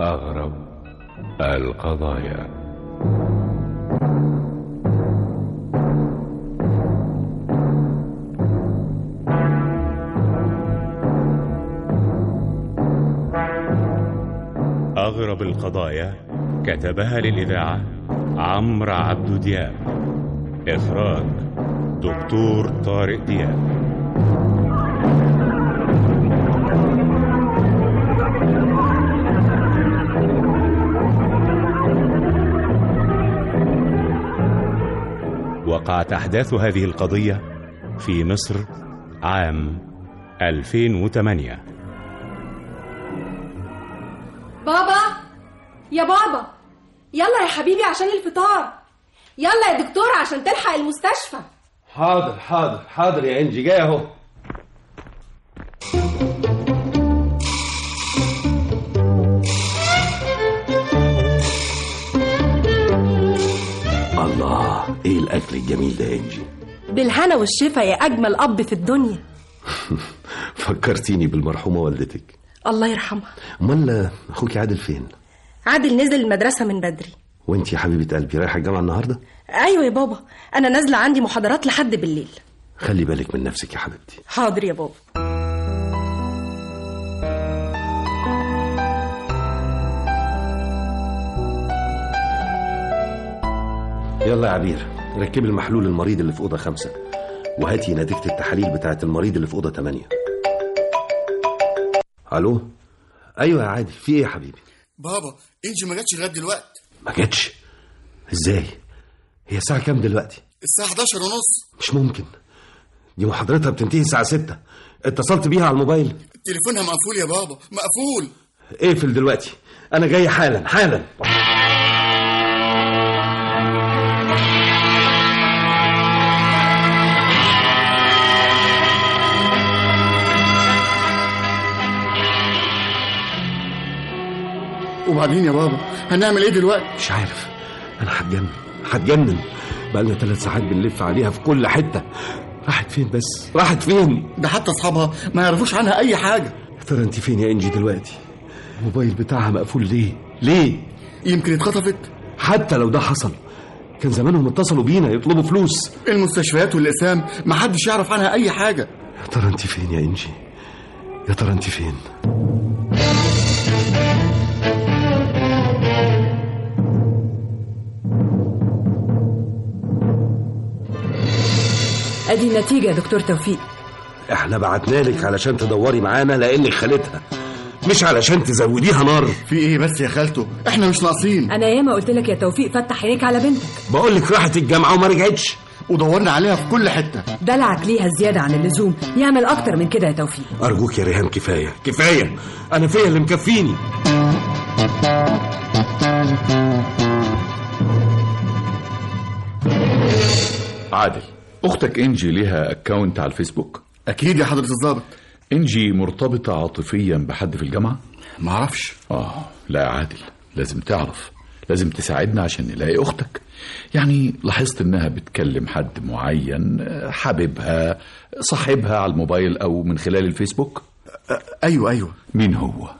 أغرب القضايا أغرب القضايا كتبها للإذاعة عمرو عبد دياب إخراج دكتور طارق دياب وقعت أحداث هذه القضية في مصر عام 2008 بابا يا بابا يلا يا حبيبي عشان الفطار يلا يا دكتور عشان تلحق المستشفى حاضر حاضر حاضر يا انجي جاي اهو الله ايه الاكل الجميل ده يا انجي بالهنا والشفا يا اجمل اب في الدنيا فكرتيني بالمرحومه والدتك الله يرحمها امال اخوك عادل فين عادل نزل المدرسه من بدري وانت يا حبيبه قلبي رايحه الجامعه النهارده ايوه يا بابا انا نازله عندي محاضرات لحد بالليل خلي بالك من نفسك يا حبيبتي حاضر يا بابا يلا يا عبير ركبي المحلول المريض اللي في اوضه خمسة وهاتي نتيجه التحاليل بتاعه المريض اللي في اوضه تمانية الو ايوه يا عادل في ايه يا حبيبي بابا انجي ما جاتش لغايه دلوقتي ما جاتش ازاي هي الساعه كام دلوقتي الساعه 11 ونص مش ممكن دي محاضرتها بتنتهي الساعه ستة اتصلت بيها على الموبايل تليفونها مقفول يا بابا مقفول اقفل دلوقتي انا جاي حالا حالا وبعدين يا بابا هنعمل ايه دلوقتي مش عارف انا هتجنن هتجنن بقالنا ثلاث ساعات بنلف عليها في كل حته راحت فين بس راحت فين ده حتى اصحابها ما يعرفوش عنها اي حاجه يا ترى انت فين يا انجي دلوقتي الموبايل بتاعها مقفول ليه ليه يمكن اتخطفت حتى لو ده حصل كان زمانهم اتصلوا بينا يطلبوا فلوس المستشفيات والاقسام ما حدش يعرف عنها اي حاجه يا ترى انت فين يا انجي يا ترى انت فين ادي النتيجه يا دكتور توفيق احنا بعتنا لك علشان تدوري معانا لانك خالتها مش علشان تزوديها نار في ايه بس يا خالته احنا مش ناقصين انا ياما قلت لك يا توفيق فتح عينيك على بنتك بقول لك راحت الجامعه وما رجعتش ودورنا عليها في كل حته دلعك ليها زياده عن اللزوم يعمل اكتر من كده يا توفيق ارجوك يا ريهام كفايه كفايه انا فيا اللي مكفيني عادل اختك انجي ليها اكاونت على الفيسبوك اكيد يا حضره الضابط انجي مرتبطه عاطفيا بحد في الجامعه ما اعرفش اه لا يا عادل لازم تعرف لازم تساعدنا عشان نلاقي اختك يعني لاحظت انها بتكلم حد معين آه، حبيبها صاحبها على الموبايل او من خلال الفيسبوك ايوه ايوه مين هو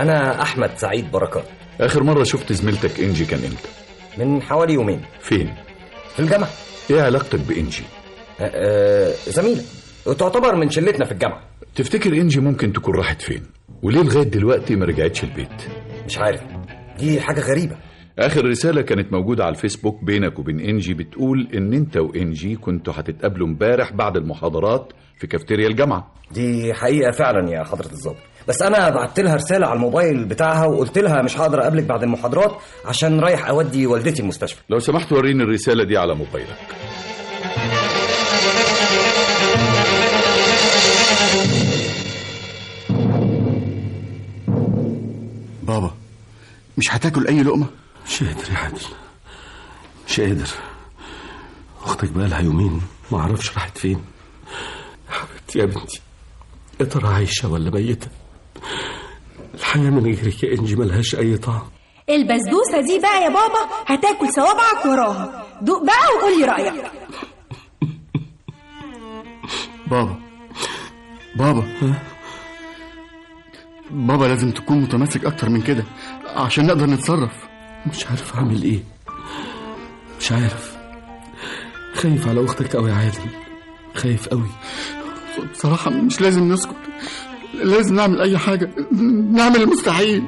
أنا أحمد سعيد بركات اخر مره شفت زميلتك انجي كان امتى من حوالي يومين فين في الجامعة ايه علاقتك بانجي أ- أ- زميلة تعتبر من شلتنا في الجامعة تفتكر انجي ممكن تكون راحت فين وليه لغايه دلوقتي ما رجعتش البيت مش عارف دي حاجة غريبة آخر رسالة كانت موجودة على الفيسبوك بينك وبين إنجي بتقول إن أنت وإنجي كنتوا هتتقابلوا امبارح بعد المحاضرات في كافتيريا الجامعة دي حقيقة فعلا يا حضرة الظابط بس أنا بعت لها رسالة على الموبايل بتاعها وقلت لها مش هقدر أقابلك بعد المحاضرات عشان رايح أودي والدتي المستشفى لو سمحت وريني الرسالة دي على موبايلك بابا مش هتاكل اي لقمه مش قادر يا عادل مش قادر اختك بقالها يومين ما اعرفش راحت فين يا حبيبتي يا بنتي يا ترى عايشة ولا ميتة الحياة من غيرك يا إنجي ملهاش أي طعم البسبوسه دي بقى يا بابا هتاكل صوابعك وراها دوق بقى وقول لي رايك بابا بابا بابا لازم تكون متمسك اكتر من كده عشان نقدر نتصرف مش عارف أعمل إيه مش عارف خايف على أختك أوي يا عادل خايف أوي بصراحة مش لازم نسكت لازم نعمل أي حاجة نعمل المستحيل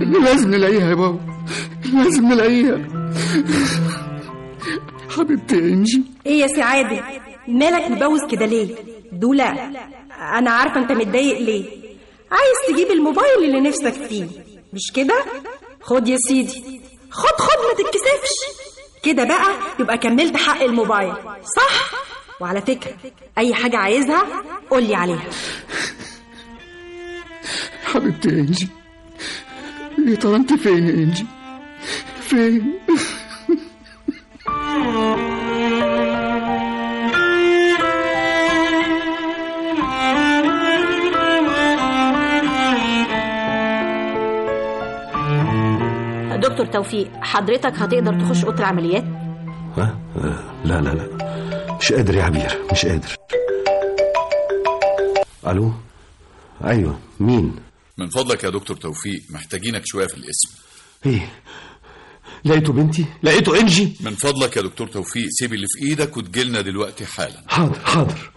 لازم نلاقيها يا بابا لازم نلاقيها حبيبتي يا إنجي ايه يا سي عادل مالك مبوز كده ليه دولا انا عارفه انت متضايق ليه عايز تجيب الموبايل اللي نفسك فيه مش كده خد يا سيدي خد خد ما تتكسفش كده بقى يبقى كملت حق الموبايل صح وعلى فكره اي حاجه عايزها قولي عليها حبيبتي يا إنجي يا ترى أنت فين يا إنجي فين دكتور توفيق حضرتك هتقدر تخش اوضه العمليات ها؟ آه، لا لا لا مش قادر يا عبير مش قادر الو ايوه مين من فضلك يا دكتور توفيق محتاجينك شويه في الاسم ايه لقيته بنتي لقيته انجي من فضلك يا دكتور توفيق سيب اللي في ايدك وتجيلنا دلوقتي حالا حاضر حاضر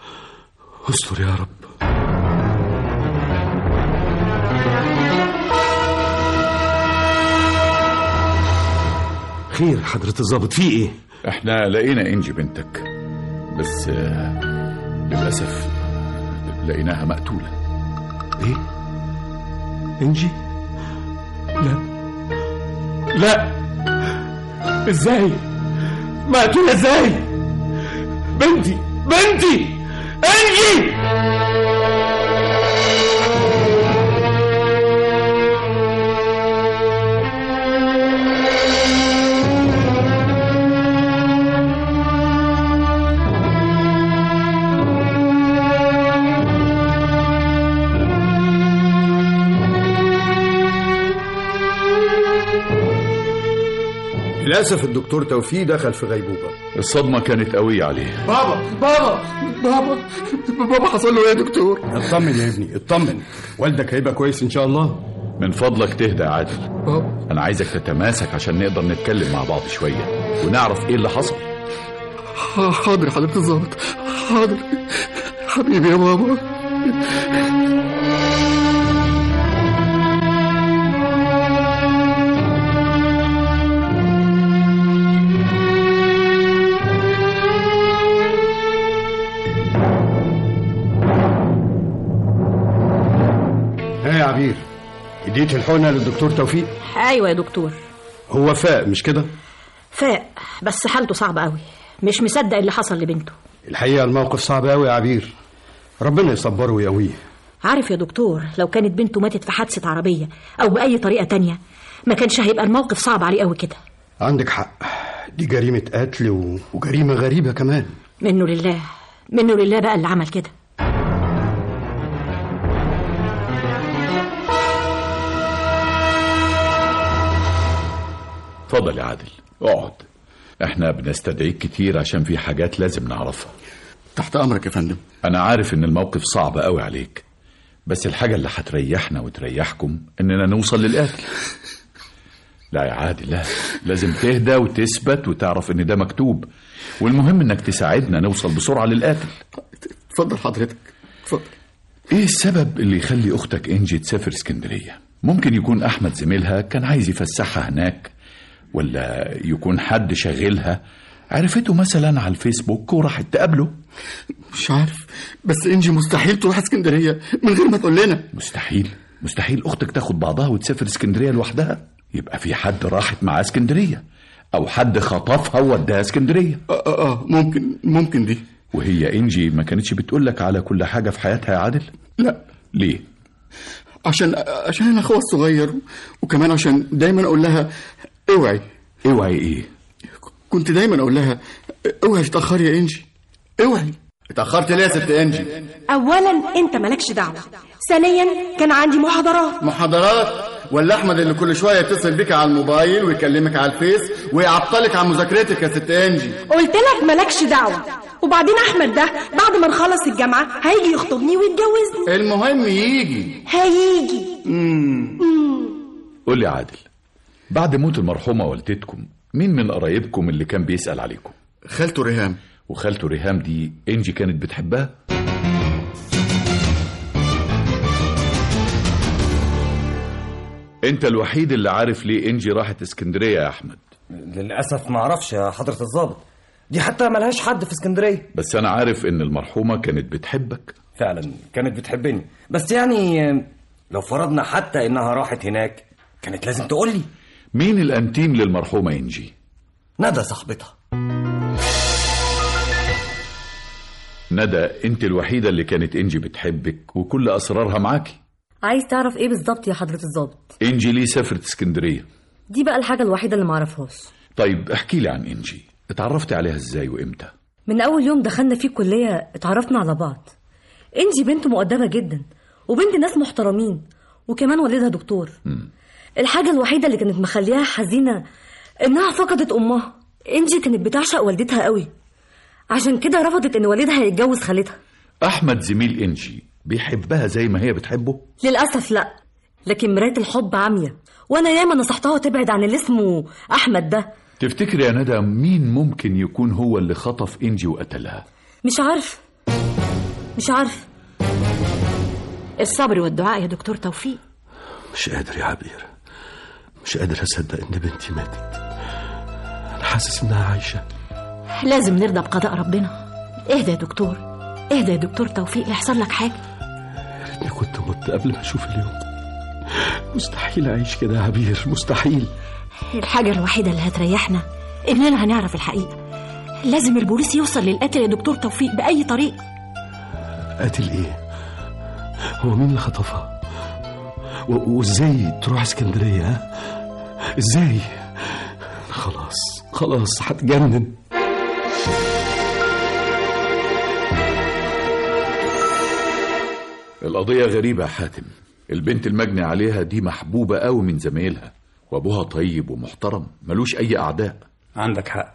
استر يا رب خير حضرة الضابط في ايه احنا لقينا انجي بنتك بس آه، للاسف لقيناها مقتوله ايه انجي لا لا ازاي مقتولة ازاي بنتي بنتي انجي للأسف الدكتور توفيق دخل في غيبوبة الصدمه كانت قويه عليها بابا بابا بابا بابا حصل له إيه يا دكتور اطمن يا ابني اطمن والدك هيبقى كويس إن شاء الله من فضلك تهدى يا عادل بابا انا عايزك تتماسك عشان نقدر نتكلم مع بعض شويه ونعرف ايه اللي حصل ح- حاضر حضرة الضابط حاضر حبيبي يا بابا ايه يا عبير اديت الحقنة للدكتور توفيق ايوه يا دكتور هو فاق مش كده فاق بس حالته صعبه قوي مش مصدق اللي حصل لبنته الحقيقة الموقف صعب قوي يا عبير ربنا يصبره ويقويه عارف يا دكتور لو كانت بنته ماتت في حادثه عربيه او باي طريقه تانية ما كانش هيبقى الموقف صعب عليه قوي كده عندك حق دي جريمة قتل و... وجريمة غريبة كمان منه لله منه لله بقى اللي عمل كده اتفضل يا عادل اقعد احنا بنستدعيك كتير عشان في حاجات لازم نعرفها تحت أمرك يا فندم انا عارف ان الموقف صعب قوي عليك بس الحاجه اللي هتريحنا وتريحكم اننا نوصل للقتل لا يا عادل لا لازم تهدى وتثبت وتعرف ان ده مكتوب والمهم انك تساعدنا نوصل بسرعه للقتل اتفضل حضرتك اتفضل ايه السبب اللي يخلي اختك انجي تسافر اسكندريه ممكن يكون احمد زميلها كان عايز يفسحها هناك ولا يكون حد شاغلها عرفته مثلا على الفيسبوك وراحت تقابله مش عارف بس انجي مستحيل تروح اسكندريه من غير ما تقول لنا مستحيل مستحيل اختك تاخد بعضها وتسافر اسكندريه لوحدها يبقى في حد راحت معاها اسكندريه او حد خطفها ووداها اسكندريه اه اه آه، ممكن ممكن دي وهي انجي ما كانتش بتقولك على كل حاجه في حياتها يا عادل لا ليه عشان عشان انا اخوها الصغير وكمان عشان دايما اقول لها اوعي اوعي ايه كنت دايما اقول لها اوعي تتاخري يا انجي اوعي اتأخرت ليه يا ست انجي؟ اولا انت مالكش دعوه ثانيا كان عندي محاضرات محاضرات ولا احمد اللي كل شويه يتصل بيك على الموبايل ويكلمك على الفيس ويعطلك عن مذاكرتك يا ست انجي قلت لك مالكش دعوه وبعدين احمد ده بعد ما نخلص الجامعه هيجي يخطبني ويتجوزني المهم يجي هيجي مم. قول لي يا عادل بعد موت المرحومة والدتكم مين من قرايبكم اللي كان بيسأل عليكم؟ خالته ريهام وخالته ريهام دي انجي كانت بتحبها؟ انت الوحيد اللي عارف ليه انجي راحت اسكندرية يا احمد للأسف ما أعرفش يا حضرة الظابط دي حتى ملهاش حد في اسكندرية بس انا عارف ان المرحومة كانت بتحبك فعلا كانت بتحبني بس يعني آه، لو فرضنا حتى إنها راحت هناك كانت لازم تقول لي مين الانتيم للمرحومة انجي؟ ندى صاحبتها ندى انت الوحيدة اللي كانت انجي بتحبك وكل اسرارها معاكي عايز تعرف ايه بالظبط يا حضرة الظابط انجي ليه سافرت اسكندرية دي بقى الحاجة الوحيدة اللي معرفهاش طيب احكي لي عن انجي اتعرفت عليها ازاي وامتى من أول يوم دخلنا فيه الكلية اتعرفنا على بعض انجي بنت مؤدبة جدا وبنت ناس محترمين وكمان والدها دكتور الحاجة الوحيدة اللي كانت مخليها حزينة إنها فقدت أمها انجي كانت بتعشق والدتها قوي عشان كده رفضت إن والدها يتجوز خالتها احمد زميل انجي بيحبها زي ما هي بتحبه للأسف لا لكن مراية الحب عمية وأنا ياما نصحتها تبعد عن اللي اسمه أحمد ده تفتكري يا ندى مين ممكن يكون هو اللي خطف انجي وقتلها مش عارف مش عارف الصبر والدعاء يا دكتور توفيق مش قادر يا عبير مش قادر أصدق إن بنتي ماتت أنا حاسس إنها عايشة لازم نرضى بقضاء ربنا اهدى يا دكتور اهدى يا دكتور توفيق يحصل لك حاجة أنا كنت مت قبل ما أشوف اليوم مستحيل أعيش كده يا عبير مستحيل الحاجة الوحيدة اللي هتريحنا إننا هنعرف الحقيقة لازم البوليس يوصل للقاتل يا دكتور توفيق بأي طريقة قاتل إيه؟ هو مين اللي خطفها؟ و- وإزاي تروح اسكندرية ها؟ إزاي؟ خلاص خلاص هتجنن القضية غريبة يا حاتم البنت المجني عليها دي محبوبة قوي من زمايلها وابوها طيب ومحترم ملوش اي اعداء عندك حق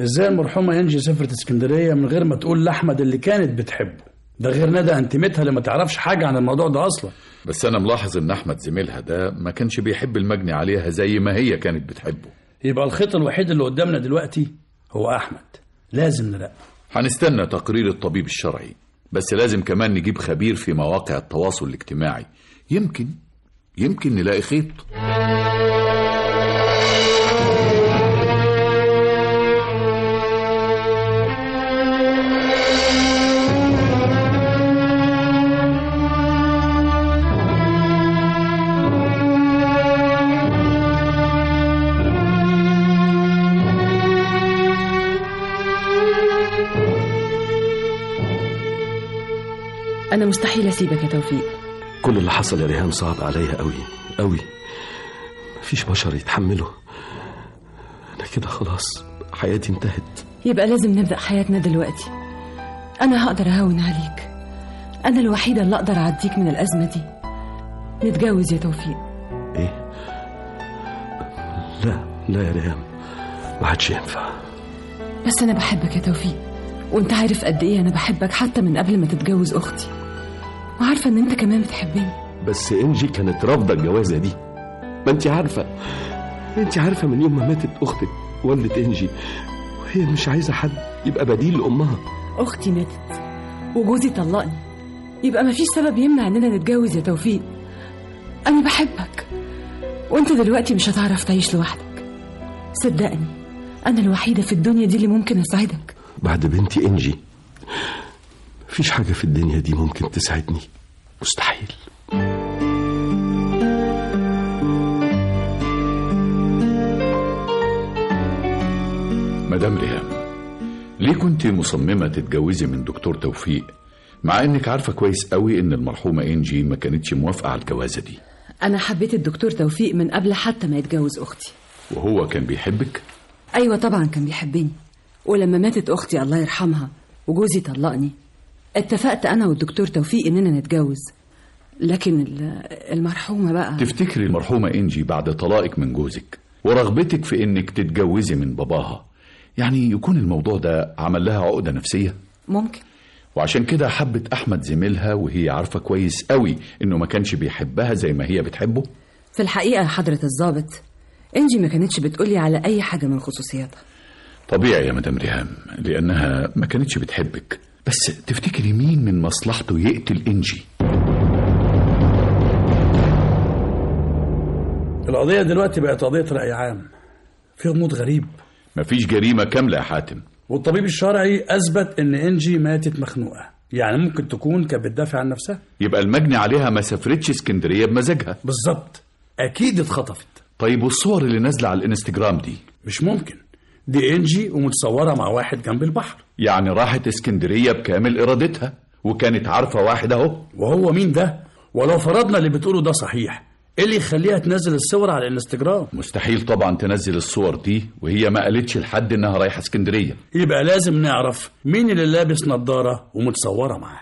ازاي المرحومه انجي سافرت اسكندريه من غير ما تقول لاحمد اللي كانت بتحبه ده غير ندى انتمتها اللي ما تعرفش حاجه عن الموضوع ده اصلا بس انا ملاحظ ان احمد زميلها ده ما كانش بيحب المجني عليها زي ما هي كانت بتحبه يبقى الخيط الوحيد اللي قدامنا دلوقتي هو احمد لازم نراقبه هنستنى تقرير الطبيب الشرعي بس لازم كمان نجيب خبير في مواقع التواصل الاجتماعي يمكن يمكن نلاقي خيط أنا مستحيل أسيبك يا توفيق كل اللي حصل يا ريهام صعب عليا قوي قوي مفيش بشر يتحمله أنا كده خلاص حياتي انتهت يبقى لازم نبدأ حياتنا دلوقتي أنا هقدر أهون عليك أنا الوحيدة اللي أقدر أعديك من الأزمة دي نتجوز يا توفيق إيه؟ لا لا يا ريهام ما حدش ينفع بس أنا بحبك يا توفيق وأنت عارف قد إيه أنا بحبك حتى من قبل ما تتجوز أختي وعارفة إن أنت كمان بتحبني بس انجي كانت رافضه الجوازه دي ما انت عارفه انت عارفه من يوم ما ماتت اختك والدة انجي وهي مش عايزه حد يبقى بديل لامها أختي ماتت وجوزي طلقني يبقى مفيش سبب يمنع إننا نتجوز يا توفيق أنا بحبك وأنت دلوقتي مش هتعرف تعيش لوحدك صدقني أنا الوحيدة في الدنيا دي اللي ممكن أساعدك بعد بنتي انجي مفيش حاجه في الدنيا دي ممكن تساعدني مستحيل مدام ريهام ليه كنت مصممة تتجوزي من دكتور توفيق مع انك عارفة كويس قوي ان المرحومة انجي ما كانتش موافقة على الجوازة دي أنا حبيت الدكتور توفيق من قبل حتى ما يتجوز أختي وهو كان بيحبك أيوة طبعا كان بيحبني ولما ماتت أختي الله يرحمها وجوزي طلقني اتفقت انا والدكتور توفيق اننا نتجوز لكن ال- المرحومه بقى تفتكري المرحومة إنجي بعد طلاقك من جوزك ورغبتك في إنك تتجوزي من باباها يعني يكون الموضوع ده عمل لها عقدة نفسية ممكن وعشان كده حبت أحمد زميلها وهي عارفة كويس قوي إنه ما كانش بيحبها زي ما هي بتحبه في الحقيقه يا حضره الضابط انجي ما كانتش بتقولي على اي حاجه من خصوصياتها طبيعي يا مدام ريهام لأنها ما كانتش بتحبك بس تفتكري مين من مصلحته يقتل إنجي القضية دلوقتي بقت قضية رأي عام في غموض غريب مفيش جريمة كاملة يا حاتم والطبيب الشرعي أثبت إن إنجي ماتت مخنوقة يعني ممكن تكون كانت بتدافع عن نفسها يبقى المجني عليها ما سافرتش اسكندرية بمزاجها بالظبط أكيد اتخطفت طيب والصور اللي نازلة على الانستجرام دي مش ممكن دي إنجي ومتصورة مع واحد جنب البحر يعني راحت اسكندرية بكامل إرادتها وكانت عارفة واحد أهو وهو مين ده؟ ولو فرضنا اللي بتقوله ده صحيح إيه اللي يخليها تنزل الصور على الانستجرام؟ مستحيل طبعا تنزل الصور دي وهي ما قالتش لحد إنها رايحة اسكندرية يبقى لازم نعرف مين اللي لابس نظارة ومتصورة معاه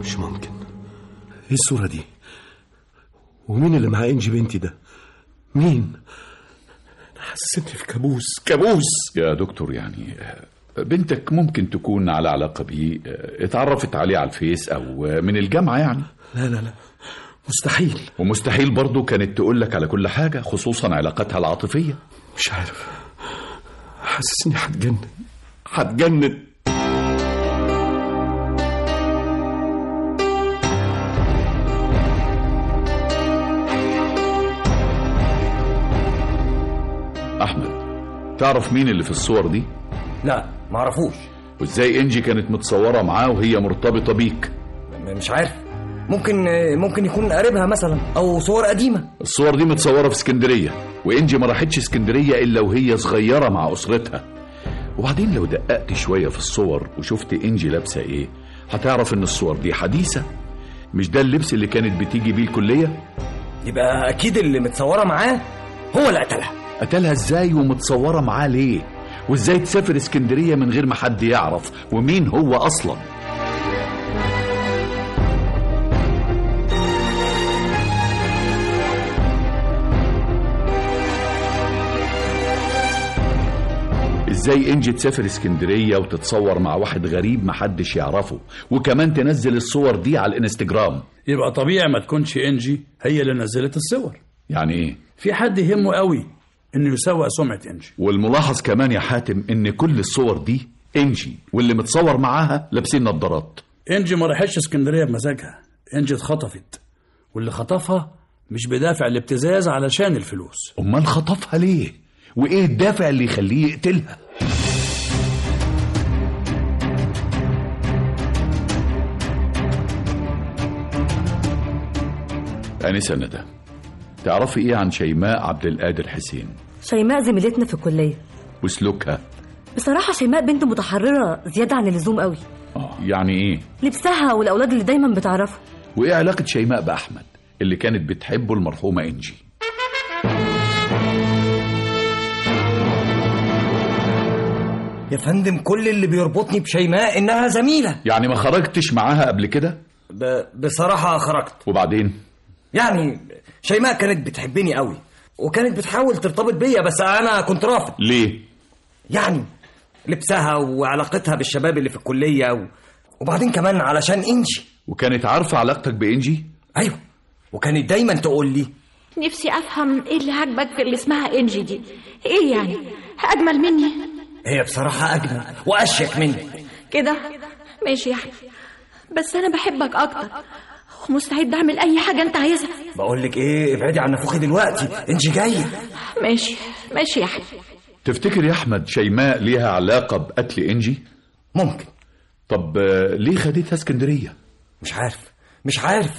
مش ممكن ايه الصورة دي ومين اللي معاه انجي بنتي ده مين انا حسيتني في كابوس كابوس يا دكتور يعني آه، بنتك ممكن تكون على علاقة بيه آه، اتعرفت عليه على الفيس أو آه، من الجامعة يعني لا لا لا مستحيل ومستحيل برضو كانت تقول لك على كل حاجة خصوصا علاقتها العاطفية مش عارف حاسسني هتجنن هتجنن أحمد تعرف مين اللي في الصور دي؟ لا معرفوش وازاي انجي كانت متصورة معاه وهي مرتبطة بيك؟ مش عارف ممكن ممكن يكون قريبها مثلا او صور قديمه الصور دي متصورة في اسكندرية وإنجي ما راحتش اسكندرية إلا وهي صغيرة مع أسرتها وبعدين لو دققت شوية في الصور وشفت إنجي لابسة إيه هتعرف إن الصور دي حديثة مش ده اللبس اللي كانت بتيجي بيه الكلية يبقى اكيد اللي متصوره معاه هو اللي قتلها قتلها إزاي ومتصورة معاه ليه وإزاي تسافر اسكندرية من غير ما حد يعرف ومين هو أصلا ازاي انجي تسافر اسكندرية وتتصور مع واحد غريب محدش يعرفه وكمان تنزل الصور دي على الانستجرام يبقى طبيعي ما تكونش إنجي هي اللي نزلت الصور يعني ايه في حد يهمه قوي إنه يسوق سمعة إنجي والملاحظ كمان يا حاتم ان كل الصور دي انجي واللي متصور معاها لابسين نظارات إنجي ما راحتش اسكندرية بمزاجها إنجي اتخطفت واللي خطفها مش بدافع الابتزاز علشان الفلوس امال خطفها ليه وايه الدافع اللي يخليه يقتلها انسه ندى تعرفي ايه عن شيماء عبد القادر حسين شيماء زميلتنا في الكلية وسلوكها بصراحة شيماء بنت متحررة زيادة عن اللزوم قوي يعني ايه لبسها والأولاد اللي دايما بتعرفها وايه علاقه شيماء باحمد اللي كانت بتحبه المرحومه انجي يا فندم كل اللي بيربطني بشيماء انها زميله يعني ما خرجتش معاها قبل كده ب... بصراحه خرجت وبعدين يعني شيماء كانت بتحبني قوي وكانت بتحاول ترتبط بيا بس انا كنت رافض ليه يعني لبسها وعلاقتها بالشباب اللي في الكليه و... وبعدين كمان علشان انجي وكانت عارفه علاقتك بانجي ايوه وكانت دايما تقول لي نفسي افهم ايه اللي عاجبك في اللي اسمها انجي دي ايه يعني اجمل مني هي بصراحه اجمل واشيك مني كده ماشي يعني بس انا بحبك اكتر ومستعد اعمل اي حاجه انت عايزها بقول لك ايه ابعدي عن نافوخي دلوقتي انجي جايه ماشي ماشي يا احمد تفتكر يا احمد شيماء ليها علاقه بقتل انجي ممكن طب آه، ليه خدتها اسكندريه مش عارف مش عارف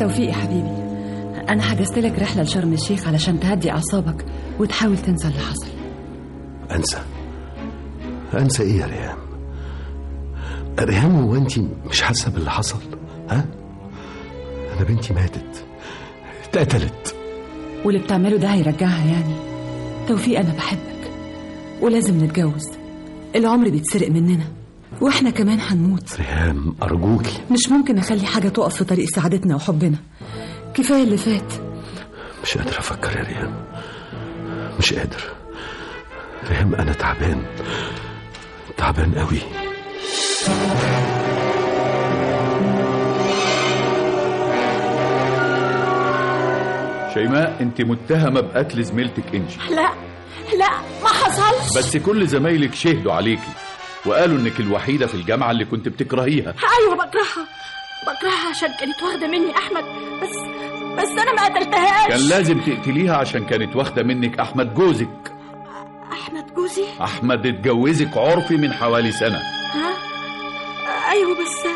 توفيق يا حبيبي انا حجزت لك رحله لشرم الشيخ علشان تهدي اعصابك وتحاول تنسى اللي حصل انسى انسى إيه ايه يا ريهام ريهام هو انت مش حاسه باللي حصل ها بنتي ماتت اتقتلت واللي بتعمله ده هيرجعها يعني توفيق انا بحبك ولازم نتجوز العمر بيتسرق مننا واحنا كمان هنموت ريهام أرجوكي مش ممكن اخلي حاجه تقف في طريق سعادتنا وحبنا كفايه اللي فات مش قادر أفكر يا ريهام مش قادر ريهام أنا تعبان تعبان قوي شيماء انت متهمه بقتل زميلتك انجي لا لا ما حصلش بس كل زمايلك شهدوا عليكي وقالوا انك الوحيده في الجامعه اللي كنت بتكرهيها ايوه بكرهها بكرهها عشان كانت واخده مني احمد بس بس انا ما قتلتهاش كان لازم تقتليها عشان كانت واخده منك احمد جوزك احمد جوزي احمد اتجوزك عرفي من حوالي سنه ها ايوه بس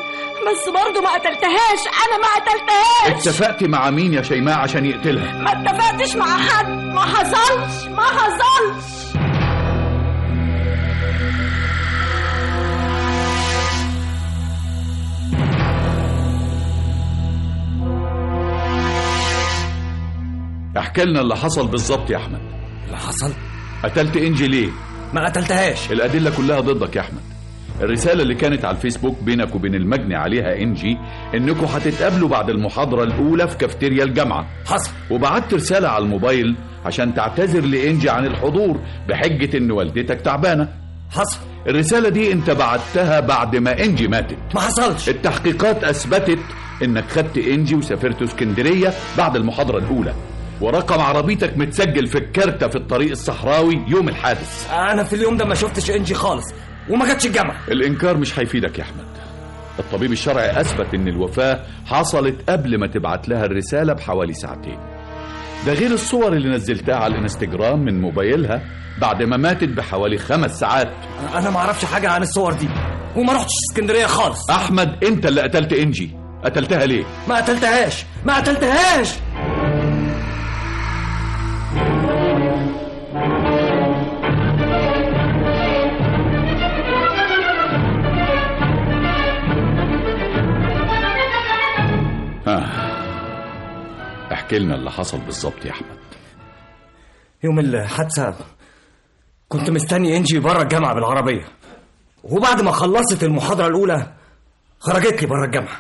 بس برضه ما قتلتهاش انا ما قتلتهاش اتفقتي مع مين يا شيماء عشان يقتلها ما اتفقتش مع حد ما حصلش ما حصلش احكي لنا اللي حصل بالظبط يا احمد اللي حصل قتلت انجي ليه ما قتلتهاش الادله كلها ضدك يا احمد الرساله اللي كانت على الفيسبوك بينك وبين المجني عليها انجي انكم هتتقابلوا بعد المحاضره الاولى في كافتيريا الجامعه حصل وبعت رساله على الموبايل عشان تعتذر لانجي عن الحضور بحجه ان والدتك تعبانه حصل الرساله دي انت بعتها بعد ما انجي ماتت ما حصلش التحقيقات اثبتت انك خدت انجي وسافرت اسكندريه بعد المحاضره الاولى ورقم عربيتك متسجل في الكارتة في الطريق الصحراوي يوم الحادث انا في اليوم ده ما شفتش انجي خالص وما جاتش الجامعه الإنكار مش هيفيدك يا أحمد الطبيب الشرعي أثبت إن الوفاة حصلت قبل ما تبعت لها الرسالة بحوالي ساعتين ده غير الصور اللي نزلتها على الانستجرام من موبايلها بعد ما ماتت بحوالي خمس ساعات انا ما اعرفش حاجه عن الصور دي وما رحتش اسكندريه خالص أحمد أنت اللي قتلت إنجي قتلتها ليه؟ ما قتلتهاش ما قتلتهاش احكي لنا اللي حصل بالظبط يا أحمد يوم الحادثه كنت مستني انجي بره الجامعه بالعربيه وبعد ما خلصت المحاضره الاولى خرجت لي بره الجامعه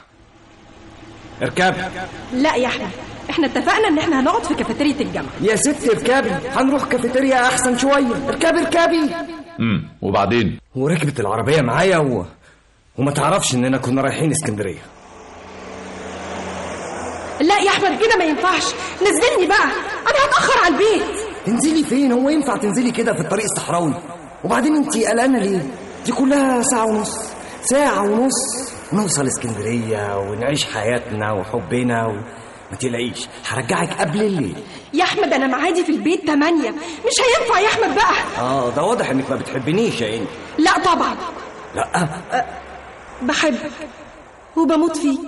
اركبي لا يا احمد احنا اتفقنا ان احنا هنقعد في كافيتيريا الجامعه يا ست اركبي هنروح كافيتيريا احسن شويه اركبي اركبي امم وبعدين وركبت العربيه معايا و... وما تعرفش اننا كنا رايحين اسكندريه لا يا احمد كده ما ينفعش نزلني بقى انا هتاخر على البيت تنزلي فين هو ينفع تنزلي كده في الطريق الصحراوي وبعدين انت قلقانه ليه دي كلها ساعه ونص ساعه ونص نوصل اسكندريه ونعيش حياتنا وحبنا و... ما تقلقيش هرجعك قبل الليل يا احمد انا معادي في البيت 8 مش هينفع يا احمد بقى اه ده واضح انك ما بتحبنيش يا انت لا طبعا لا آه، بحبك وبموت فيك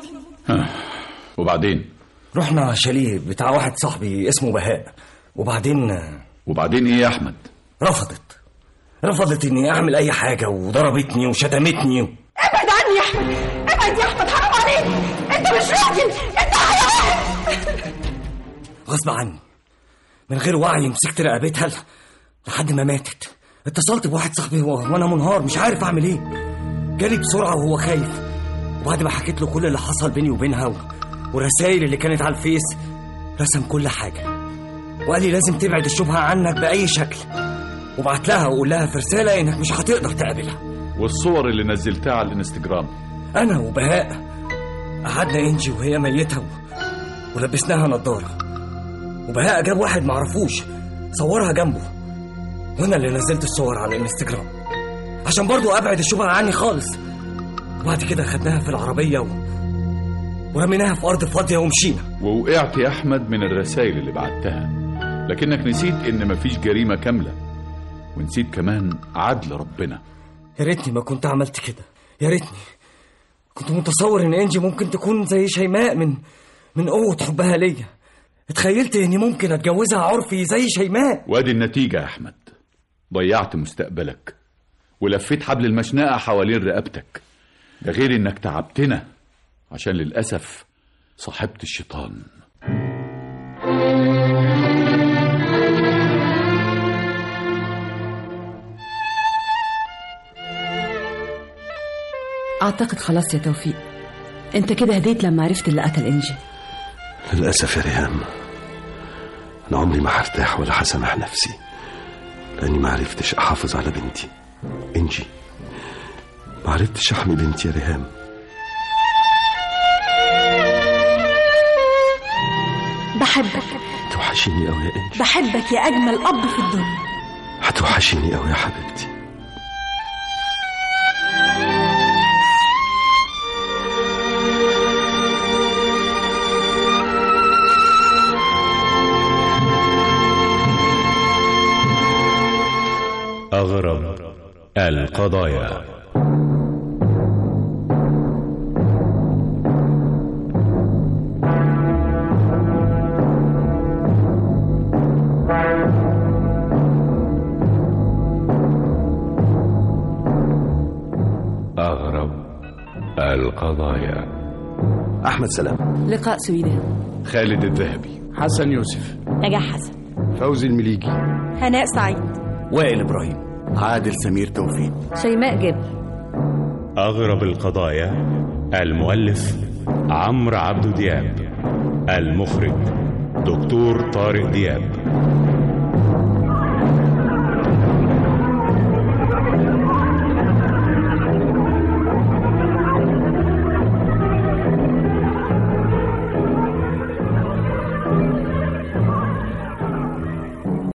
وبعدين رحنا شاليه بتاع واحد صاحبي اسمه بهاء وبعدين آه، وبعدين ايه يا احمد رفضت رفضت اني اعمل اي حاجه وضربتني وشتمتني و... ابعد عني يا احمد ابعد يا احمد حرام عليك انت مش راجل انت حيوان غصب عني من غير وعي مسكت رقبتها لحد ما ماتت اتصلت بواحد صاحبي وانا منهار مش عارف اعمل ايه جالي بسرعه وهو خايف وبعد ما حكيت له كل اللي حصل بيني وبينها و... ورسائل اللي كانت على الفيس رسم كل حاجة وقال لي لازم تبعد الشبهة عنك بأي شكل وبعت لها وقول لها في رسالة إنك مش هتقدر تقابلها والصور اللي نزلتها على الانستجرام أنا وبهاء قعدنا إنجي وهي ميتة و... ولبسناها نضارة وبهاء جاب واحد معرفوش صورها جنبه وأنا اللي نزلت الصور على الانستجرام عشان برضو أبعد الشبهة عني خالص وبعد كده خدناها في العربية و... ورميناها في أرض فاضية ومشينا ووقعت يا أحمد من الرسائل اللي بعتها لكنك نسيت إن مفيش جريمة كاملة ونسيت كمان عدل ربنا يا ريتني ما كنت عملت كده يا ريتني كنت متصور إن إنجي ممكن تكون زي شيماء من من قوة حبها ليا اتخيلت إني ممكن أتجوزها عرفي زي شيماء وادي النتيجة يا أحمد ضيعت مستقبلك ولفيت حبل المشنقة حوالين رقبتك ده غير إنك تعبتنا عشان للأسف صاحبة الشيطان أعتقد خلاص يا توفيق أنت كده هديت لما عرفت اللي قتل إنجي للأسف يا ريهام أنا عمري ما هرتاح ولا هسامح نفسي لأني ما عرفتش أحافظ على بنتي إنجي ما عرفتش أحمي بنتي يا ريهام بحبك توحشيني أوي يا إنجي بحبك يا أجمل أب في الدنيا هتوحشيني أوي يا حبيبتي أغرب القضايا أغرب القضايا أحمد سلام لقاء سويدان خالد الذهبي حسن يوسف نجاح حسن فوزي المليجي هناء سعيد وائل إبراهيم عادل سمير توفيق شيماء جابر أغرب القضايا المؤلف عمرو عبد دياب المخرج دكتور طارق دياب